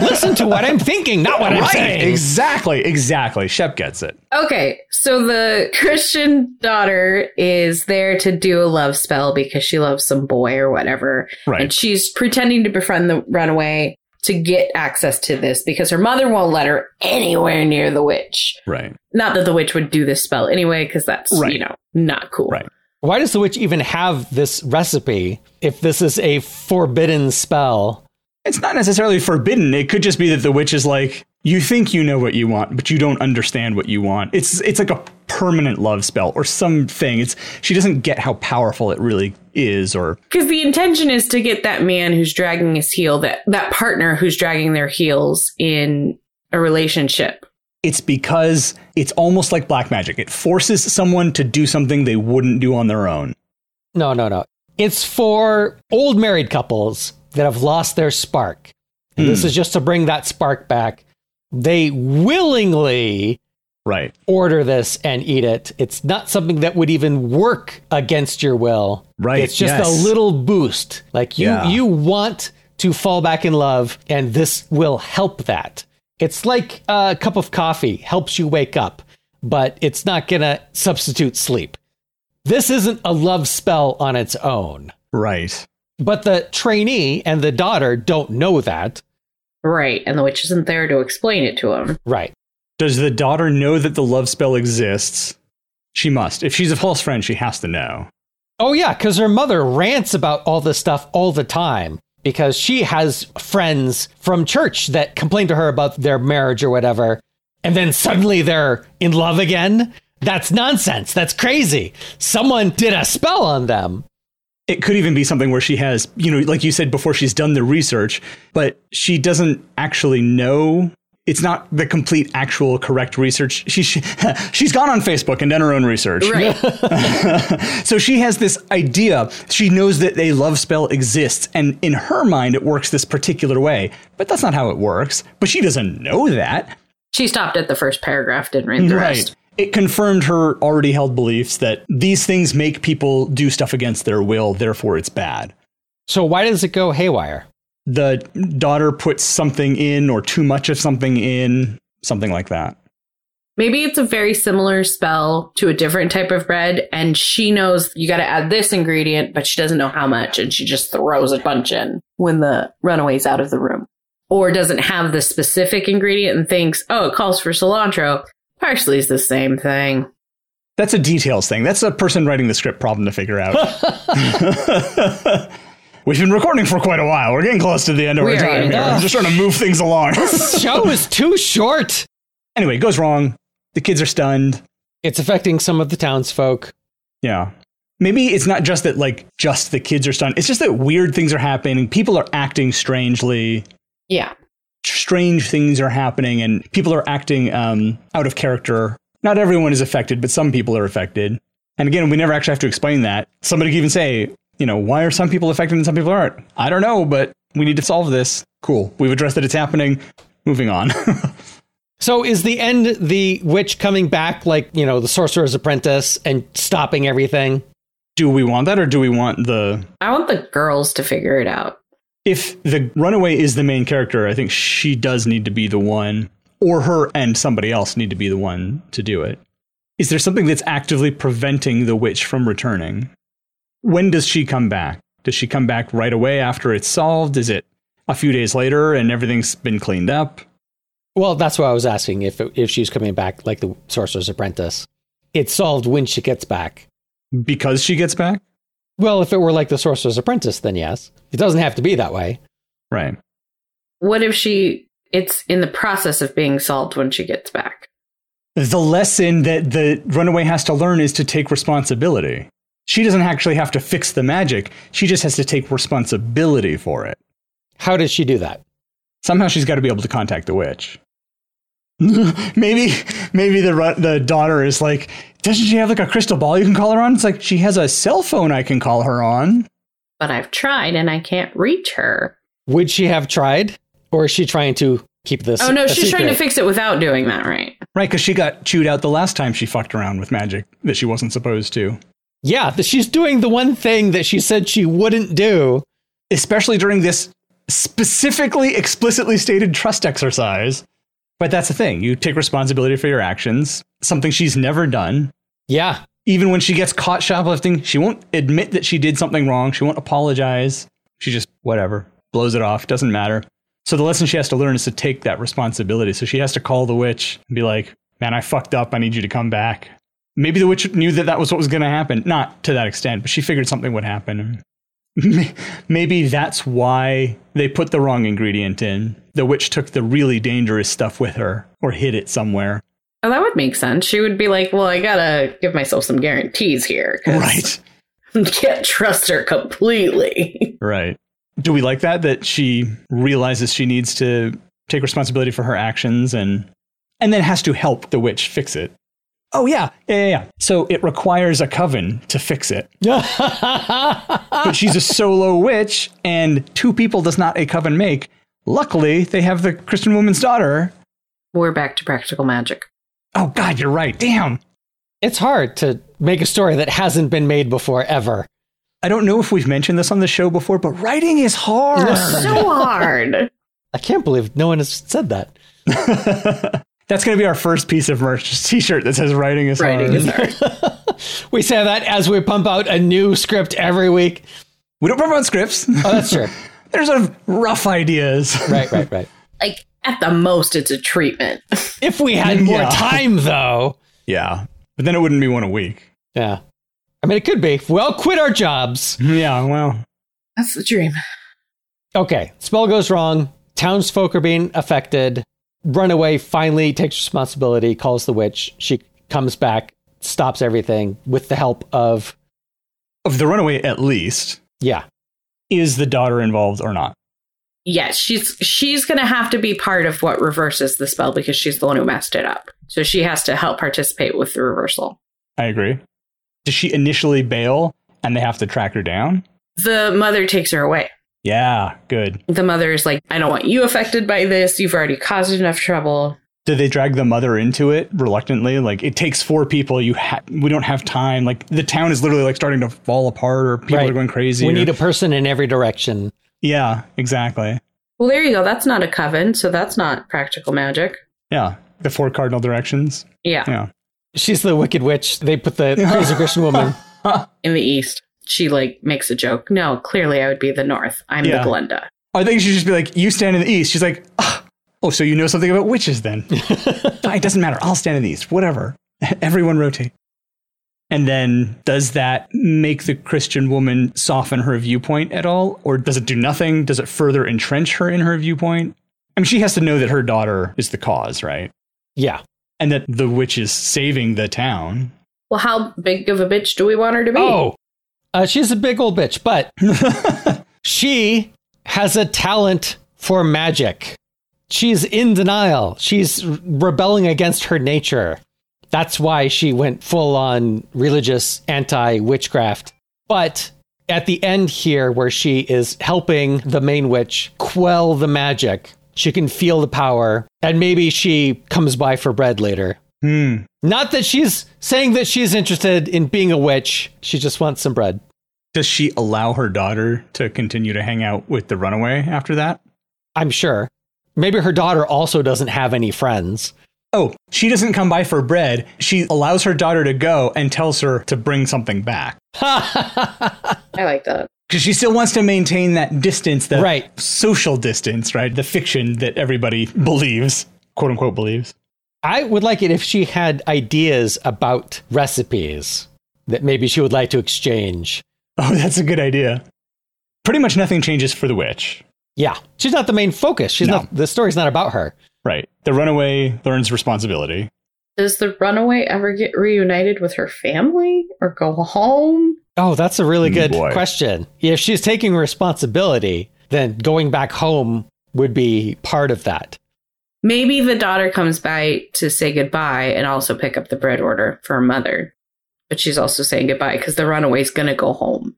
Listen to what I'm thinking, not what I'm saying. Exactly, exactly. Shep gets it. Okay, so the Christian daughter is there to do a love spell because she loves some boy or whatever. Right. And she's pretending to befriend the runaway to get access to this because her mother won't let her anywhere near the witch. Right. Not that the witch would do this spell anyway, because that's, Right. you know, not cool. Right. Why does the witch even have this recipe if this is a forbidden spell? It's not necessarily forbidden. It could just be that the witch is like, you think you know what you want, but you don't understand what you want. It's it's like a permanent love spell or something. It's she doesn't get how powerful it really is or Because the intention is to get that man who's dragging his heel, that, that partner who's dragging their heels in a relationship. it's because it's almost like black magic. It forces someone to do something they wouldn't do on their own. No, no, no. It's for old married couples that have lost their spark. And this is just to bring that spark back. They willingly Right. order this and eat it. It's not something that would even work against your will. Right, It's just yes. a little boost. Like you Yeah. you want to fall back in love and this will help that. It's like a cup of coffee helps you wake up, but it's not going to substitute sleep. This isn't a love spell on its own. Right. But the trainee and the daughter don't know that. Right. And the witch isn't there to explain it to him. Right. Does the daughter know that the love spell exists? She must. If she's a false friend, she has to know. Oh yeah, because her mother rants about all this stuff all the time because she has friends from church that complain to her about their marriage or whatever, and then suddenly they're in love again. That's nonsense. That's crazy. Someone did a spell on them. it could even be something where she has, you know, like you said before, she's done the research, but she doesn't actually know. It's not the complete, actual, correct research. She, she she's gone on Facebook and done her own research. Right. So she has this idea. She knows that a love spell exists, and in her mind, it works this particular way. But that's not how it works. But she doesn't know that. She stopped at the first paragraph, didn't read the rest. It confirmed her already held beliefs that these things make people do stuff against their will. Therefore, it's bad. So why does it go haywire? the daughter puts something in or too much of something in, something like that. Maybe it's a very similar spell to a different type of bread, and she knows you got to add this ingredient, but she doesn't know how much, and she just throws a bunch in when the runaway's out of the room. Or doesn't have the specific ingredient and thinks, oh, it calls for cilantro. Parsley's the same thing. That's a details thing. That's a person writing the script problem to figure out. We've been recording for quite a while. We're getting close to the end of We our are time getting here. close. I'm just trying to move things along. This show is too short. anyway, it goes wrong. The kids are stunned. It's affecting some of the townsfolk. Yeah. Maybe it's not just that like just the kids are stunned. It's just that weird things are happening. People are acting strangely. Yeah. Strange things are happening and people are acting um, out of character. Not everyone is affected, but some people are affected. And again, we never actually have to explain that. Somebody could even say, you know, why are some people affected and some people aren't? I don't know, but we need to solve this. Cool. We've addressed that it's happening. Moving on. So is the end the witch coming back like, you know, the sorcerer's apprentice and stopping everything? do we want that or do we want the I want the girls to figure it out. if the runaway is the main character, I think she does need to be the one, or her and somebody else need to be the one to do it. Is there something that's actively preventing the witch from returning? When does she come back? Does she come back right away after it's solved? Is it a few days later and everything's been cleaned up? Well, that's why I was asking if if she's coming back like the sorcerer's apprentice. It's solved when she gets back. Because she gets back? Well, if it were like the sorcerer's apprentice, then yes. It doesn't have to be that way. Right. What if she, it's in the process of being solved when she gets back? The lesson that the runaway has to learn is to take responsibility. She doesn't actually have to fix the magic, she just has to take responsibility for it. How does she do that? somehow she's got to be able to contact the witch. maybe, maybe the ru- the daughter is like, doesn't she have like a crystal ball you can call her on? It's like she has a cell phone I can call her on. But I've tried and I can't reach her. Would she have tried, or is she trying to keep this? Oh no, a she's trying to secret? fix it without doing that, right? Right, because she got chewed out the last time she fucked around with magic that she wasn't supposed to. Yeah, th- she's doing the one thing that she said she wouldn't do. Especially during this specifically, explicitly stated trust exercise. But that's the thing. You take responsibility for your actions, something she's never done. Yeah, even when she gets caught shoplifting, she won't admit that she did something wrong. She won't apologize. She just, whatever, blows it off. Doesn't matter. So the lesson she has to learn is to take that responsibility. So she has to call the witch and be like, man, I fucked up. I need you to come back. Maybe the witch knew that that was what was going to happen. Not to that extent, but she figured something would happen. Maybe that's why they put the wrong ingredient in. The witch took the really dangerous stuff with her or hid it somewhere. Oh, that would make sense. She would be like, "Well, I gotta give myself some guarantees here. 'cause Right. I Can't trust her completely." Right. Do we like that that she realizes she needs to take responsibility for her actions and and then has to help the witch fix it? Oh yeah. Yeah, yeah, yeah. So it requires a coven to fix it. But she's a solo witch and two people does not a coven make. Luckily, they have the Christian woman's daughter. We're back to practical magic. Oh god, you're right. Damn. it's hard to make a story that hasn't been made before ever. I don't know if we've mentioned this on the show before, but writing is hard. So hard. I can't believe no one has said that. That's going to be our first piece of merch t-shirt that says writing is Writing hard. is hard. We say that as we pump out a new script every week. We don't run on scripts. Oh, that's true. They're sort of rough ideas. right, right, right. Like at the most, it's a treatment. If we had more Yeah. time, though. Yeah. But then it wouldn't be one a week. Yeah. I mean, it could be. We all quit our jobs. Yeah, well. That's the dream. Okay, spell goes wrong. Townsfolk are being affected. Runaway finally takes responsibility, calls the witch. She comes back, stops everything with the help of, Of the runaway, at least, yeah, is the daughter involved or not? Yes, she's she's gonna have to be part of what reverses the spell because she's the one who messed it up. So she has to help participate with the reversal. I agree. Does she initially bail and they have to track her down? The mother takes her away. Yeah, good. The mother is like, I don't want you affected by this. You've already caused enough trouble. Did they drag the mother into it reluctantly? Like it takes four people. You ha- we don't have time. Like the town is literally like starting to fall apart, or people Right. are going crazy. we or- need a person in every direction. yeah, exactly. Well, there you go. That's not a coven, so that's not practical magic. Yeah, The four cardinal directions. Yeah. Yeah. She's the Wicked Witch. They put the crucifixion woman. In the east. She like makes a joke. No, clearly I would be the north. I'm Yeah. the Glenda. I think she'd just be like, "You stand in the east." She's like, ah, "Oh, so you know something about witches then?" Fine, it doesn't matter. I'll stand in the east. Whatever. Everyone rotate. And then, does that make the Christian woman soften her viewpoint at all, or does it do nothing? Does it further entrench her in her viewpoint? I mean, she has to know that her daughter is the cause, right? Yeah. And that the witch is saving the town. Well, how big of a bitch do we want her to be? Oh, uh, she's a big old bitch, but she has a talent for magic. She's in denial. She's rebelling against her nature. That's why she went full on religious anti witchcraft. But at the end here, where she is helping the main witch quell the magic, she can feel the power, and maybe she comes by for bread later. Hmm. Not that she's saying that she's interested in being a witch. She just wants some bread. Does she allow her daughter to continue to hang out with the runaway after that? I'm sure. Maybe her daughter also doesn't have any friends. Oh, she doesn't come by for bread. She allows her daughter to go and tells her to bring something back. I like that. Because she still wants to maintain that distance, that Right. social distance, right? The fiction that everybody believes, quote unquote, believes. I would like it if she had ideas about recipes that maybe she would like to exchange. Oh, that's a good idea. Pretty much nothing changes for the witch, Yeah, she's not the main focus. She's No. not. The story's not about her. right? The runaway learns responsibility. Does the runaway ever get reunited with her family or go home? Oh, that's a really Mm, good boy. question. If she's taking responsibility, then going back home would be part of that. Maybe the daughter comes by to say goodbye and also pick up the bread order for her mother. But she's also saying goodbye because the runaway's going to go home.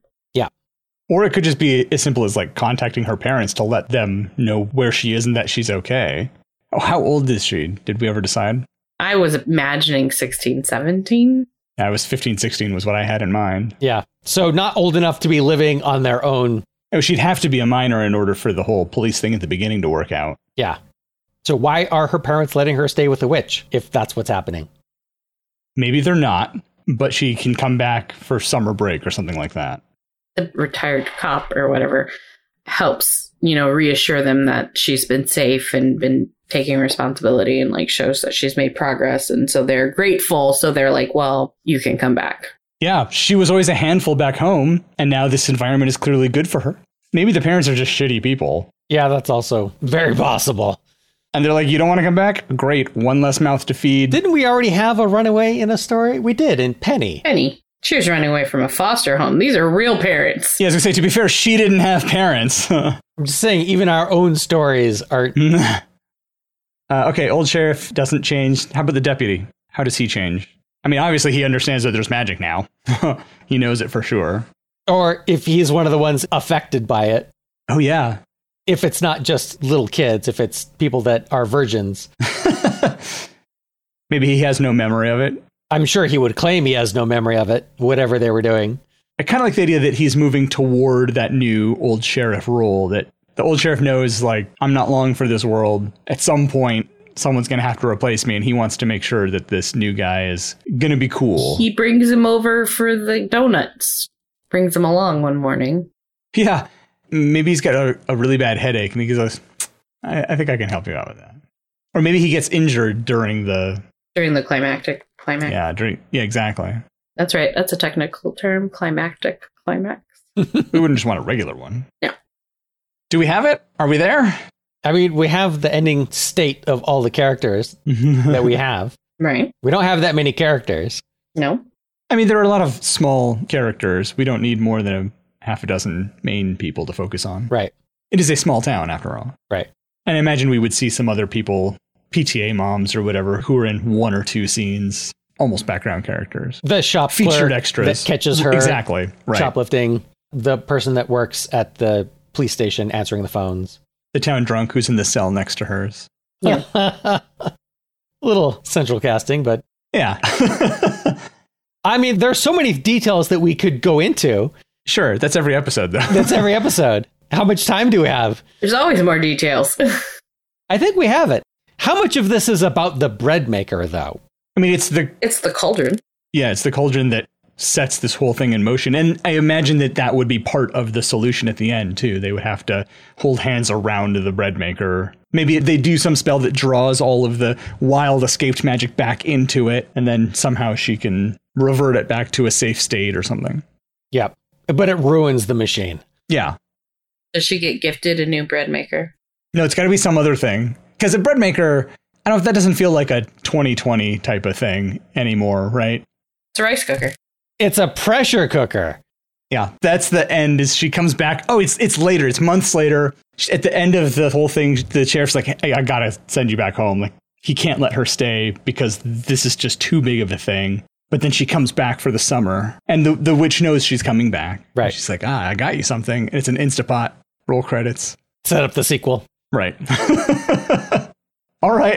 Or it could just be as simple as like contacting her parents to let them know where she is and that she's okay. Oh, how old is she? Did we ever decide? I was imagining 16, 17. I was 15, 16 was what I had in mind. Yeah. So not old enough to be living on their own. Oh, she'd have to be a minor in order for the whole police thing at the beginning to work out. Yeah. So why are her parents letting her stay with a witch if that's what's happening? Maybe they're not, but she can come back for summer break or something like that. The retired cop or whatever helps, you know, reassure them that she's been safe and been taking responsibility and like shows that she's made progress. And so they're grateful. So they're like, well, you can come back. Yeah, she was always a handful back home, and now this environment is clearly good for her. Maybe the parents are just shitty people, Yeah, that's also very possible. and they're like, You don't want to come back? Great, one less mouth to feed. Didn't we already have a runaway in a story? We did in Penny. Penny, she was running away from a foster home. These are real parents. yeah, as we say, to be fair, she didn't have parents. I'm just saying, even our own stories are. uh, okay, old sheriff doesn't change. How about the deputy? How does he change? I mean, obviously, he understands that there's magic now. he knows it for sure. Or if he's one of the ones affected by it, Oh, yeah. if it's not just little kids, if it's people that are virgins, Maybe he has no memory of it. I'm sure he would claim he has no memory of it, whatever they were doing. I kind of like the idea that he's moving toward that new old sheriff role that the old sheriff knows, like, I'm not long for this world. At some point, someone's going to have to replace me, and he wants to make sure that this new guy is going to be cool. He brings him over for the donuts. Brings him along one morning. yeah. Maybe he's got a, a really bad headache, and he goes, I, I think I can help you out with that. Or maybe he gets injured during the. during the climactic climax. Yeah, during, yeah, exactly. That's right. That's a technical term, climactic climax. we wouldn't just want a regular one. No. Do we have it? Are we there? I mean, we have the ending state of all the characters that we have. Right? We don't have that many characters. No. I mean, there are a lot of small characters. We don't need more than a half a dozen main people to focus on. Right. It is a small town, after all. Right. And I imagine we would see some other people, PTA moms or whatever, who are in one or two scenes, almost background characters. The shop Featured clerk extras. that catches her Exactly. Right. shoplifting, the person that works at the police station answering the phones. The town drunk who's in the cell next to hers. Yeah. Little central casting, but Yeah. I mean, there's so many details that we could go into. sure. That's every episode, though. That's every episode. How much time do we have? There's always more details. I think we have it. How much of this is about the bread maker, though? I mean, it's the It's the cauldron. yeah, it's the cauldron that sets this whole thing in motion, and I imagine that that would be part of the solution at the end too. They would have to hold hands around the bread maker. Maybe they do some spell that draws all of the wild escaped magic back into it, and then somehow she can revert it back to a safe state or something. Yep. But it ruins the machine. Yeah, Does she get gifted a new bread maker? No, it's got to be some other thing. Because a bread maker, I don't know if that doesn't feel like a 2020 type of thing anymore, right? It's a rice cooker. It's a pressure cooker. Yeah, that's the end. Is she comes back? Oh, it's it's later. It's months later. Sh- At the end of the whole thing, the sheriff's like, "Hey, I gotta send you back home." Like he can't let her stay because this is just too big of a thing. But then she comes back for the summer, and the the witch knows she's coming back. Right. She's like, "Ah, I got you something." And it's an Instapot. Roll credits. Set up the sequel. Right. All right.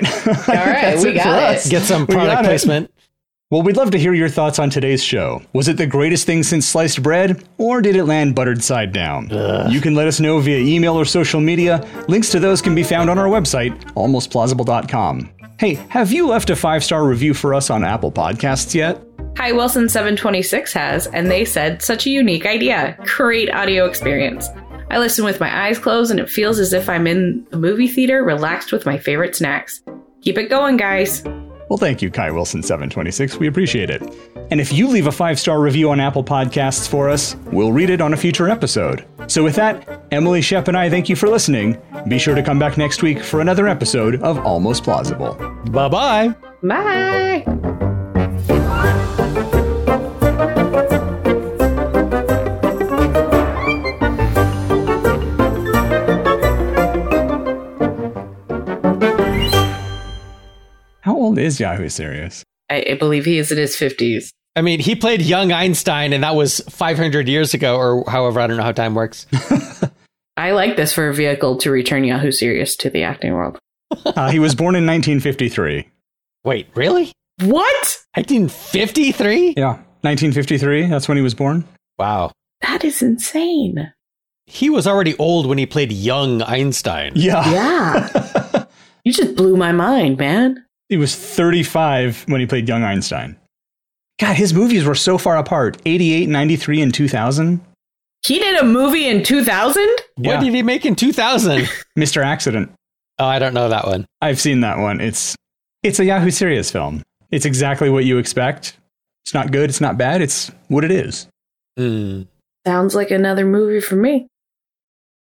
All right, we got it. Get some We got product it. placement. Well, we'd love to hear your thoughts on today's show. Was it the greatest thing since sliced bread, or did it land buttered side down? You can let us know via email or social media. Links to those can be found on our website, almostplausible.com. Hey, have you left a five star review for us on Apple Podcasts yet? Hi Wilson 726 has, and they said, such a unique idea. Great audio experience. I listen with my eyes closed, and it feels as if I'm in the movie theater, relaxed with my favorite snacks. Keep it going, guys. Well, thank you, Kai Wilson726. We appreciate it. And if you leave a five star review on Apple Podcasts for us, we'll read it on a future episode. So, with that, Emily Shep and I thank you for listening. Be sure to come back next week for another episode of Almost Plausible. Bye bye. Bye. How old is Yahoo Serious? I, I believe he is in his 50s. I mean, he played young Einstein, and that was 500 years ago, or however, I don't know how time works. I like this for a vehicle to return Yahoo Serious to the acting world. Uh, he was born in 1953. Wait, really? What? 1953? Yeah. 1953, that's when he was born? Wow. That is insane. He was already old when he played young Einstein. Yeah. Yeah. you just blew my mind, man. He was 35 when he played young Einstein. God, his movies were so far apart 88, 93, and 2000. He did a movie in 2000? Yeah. What did he make in 2000? Mr. Accident. oh, I don't know that one. I've seen that one. It's it's a Yahoo Serious film. It's exactly what you expect. It's not good. It's not bad. It's what it is. Hmm. Sounds like another movie for me.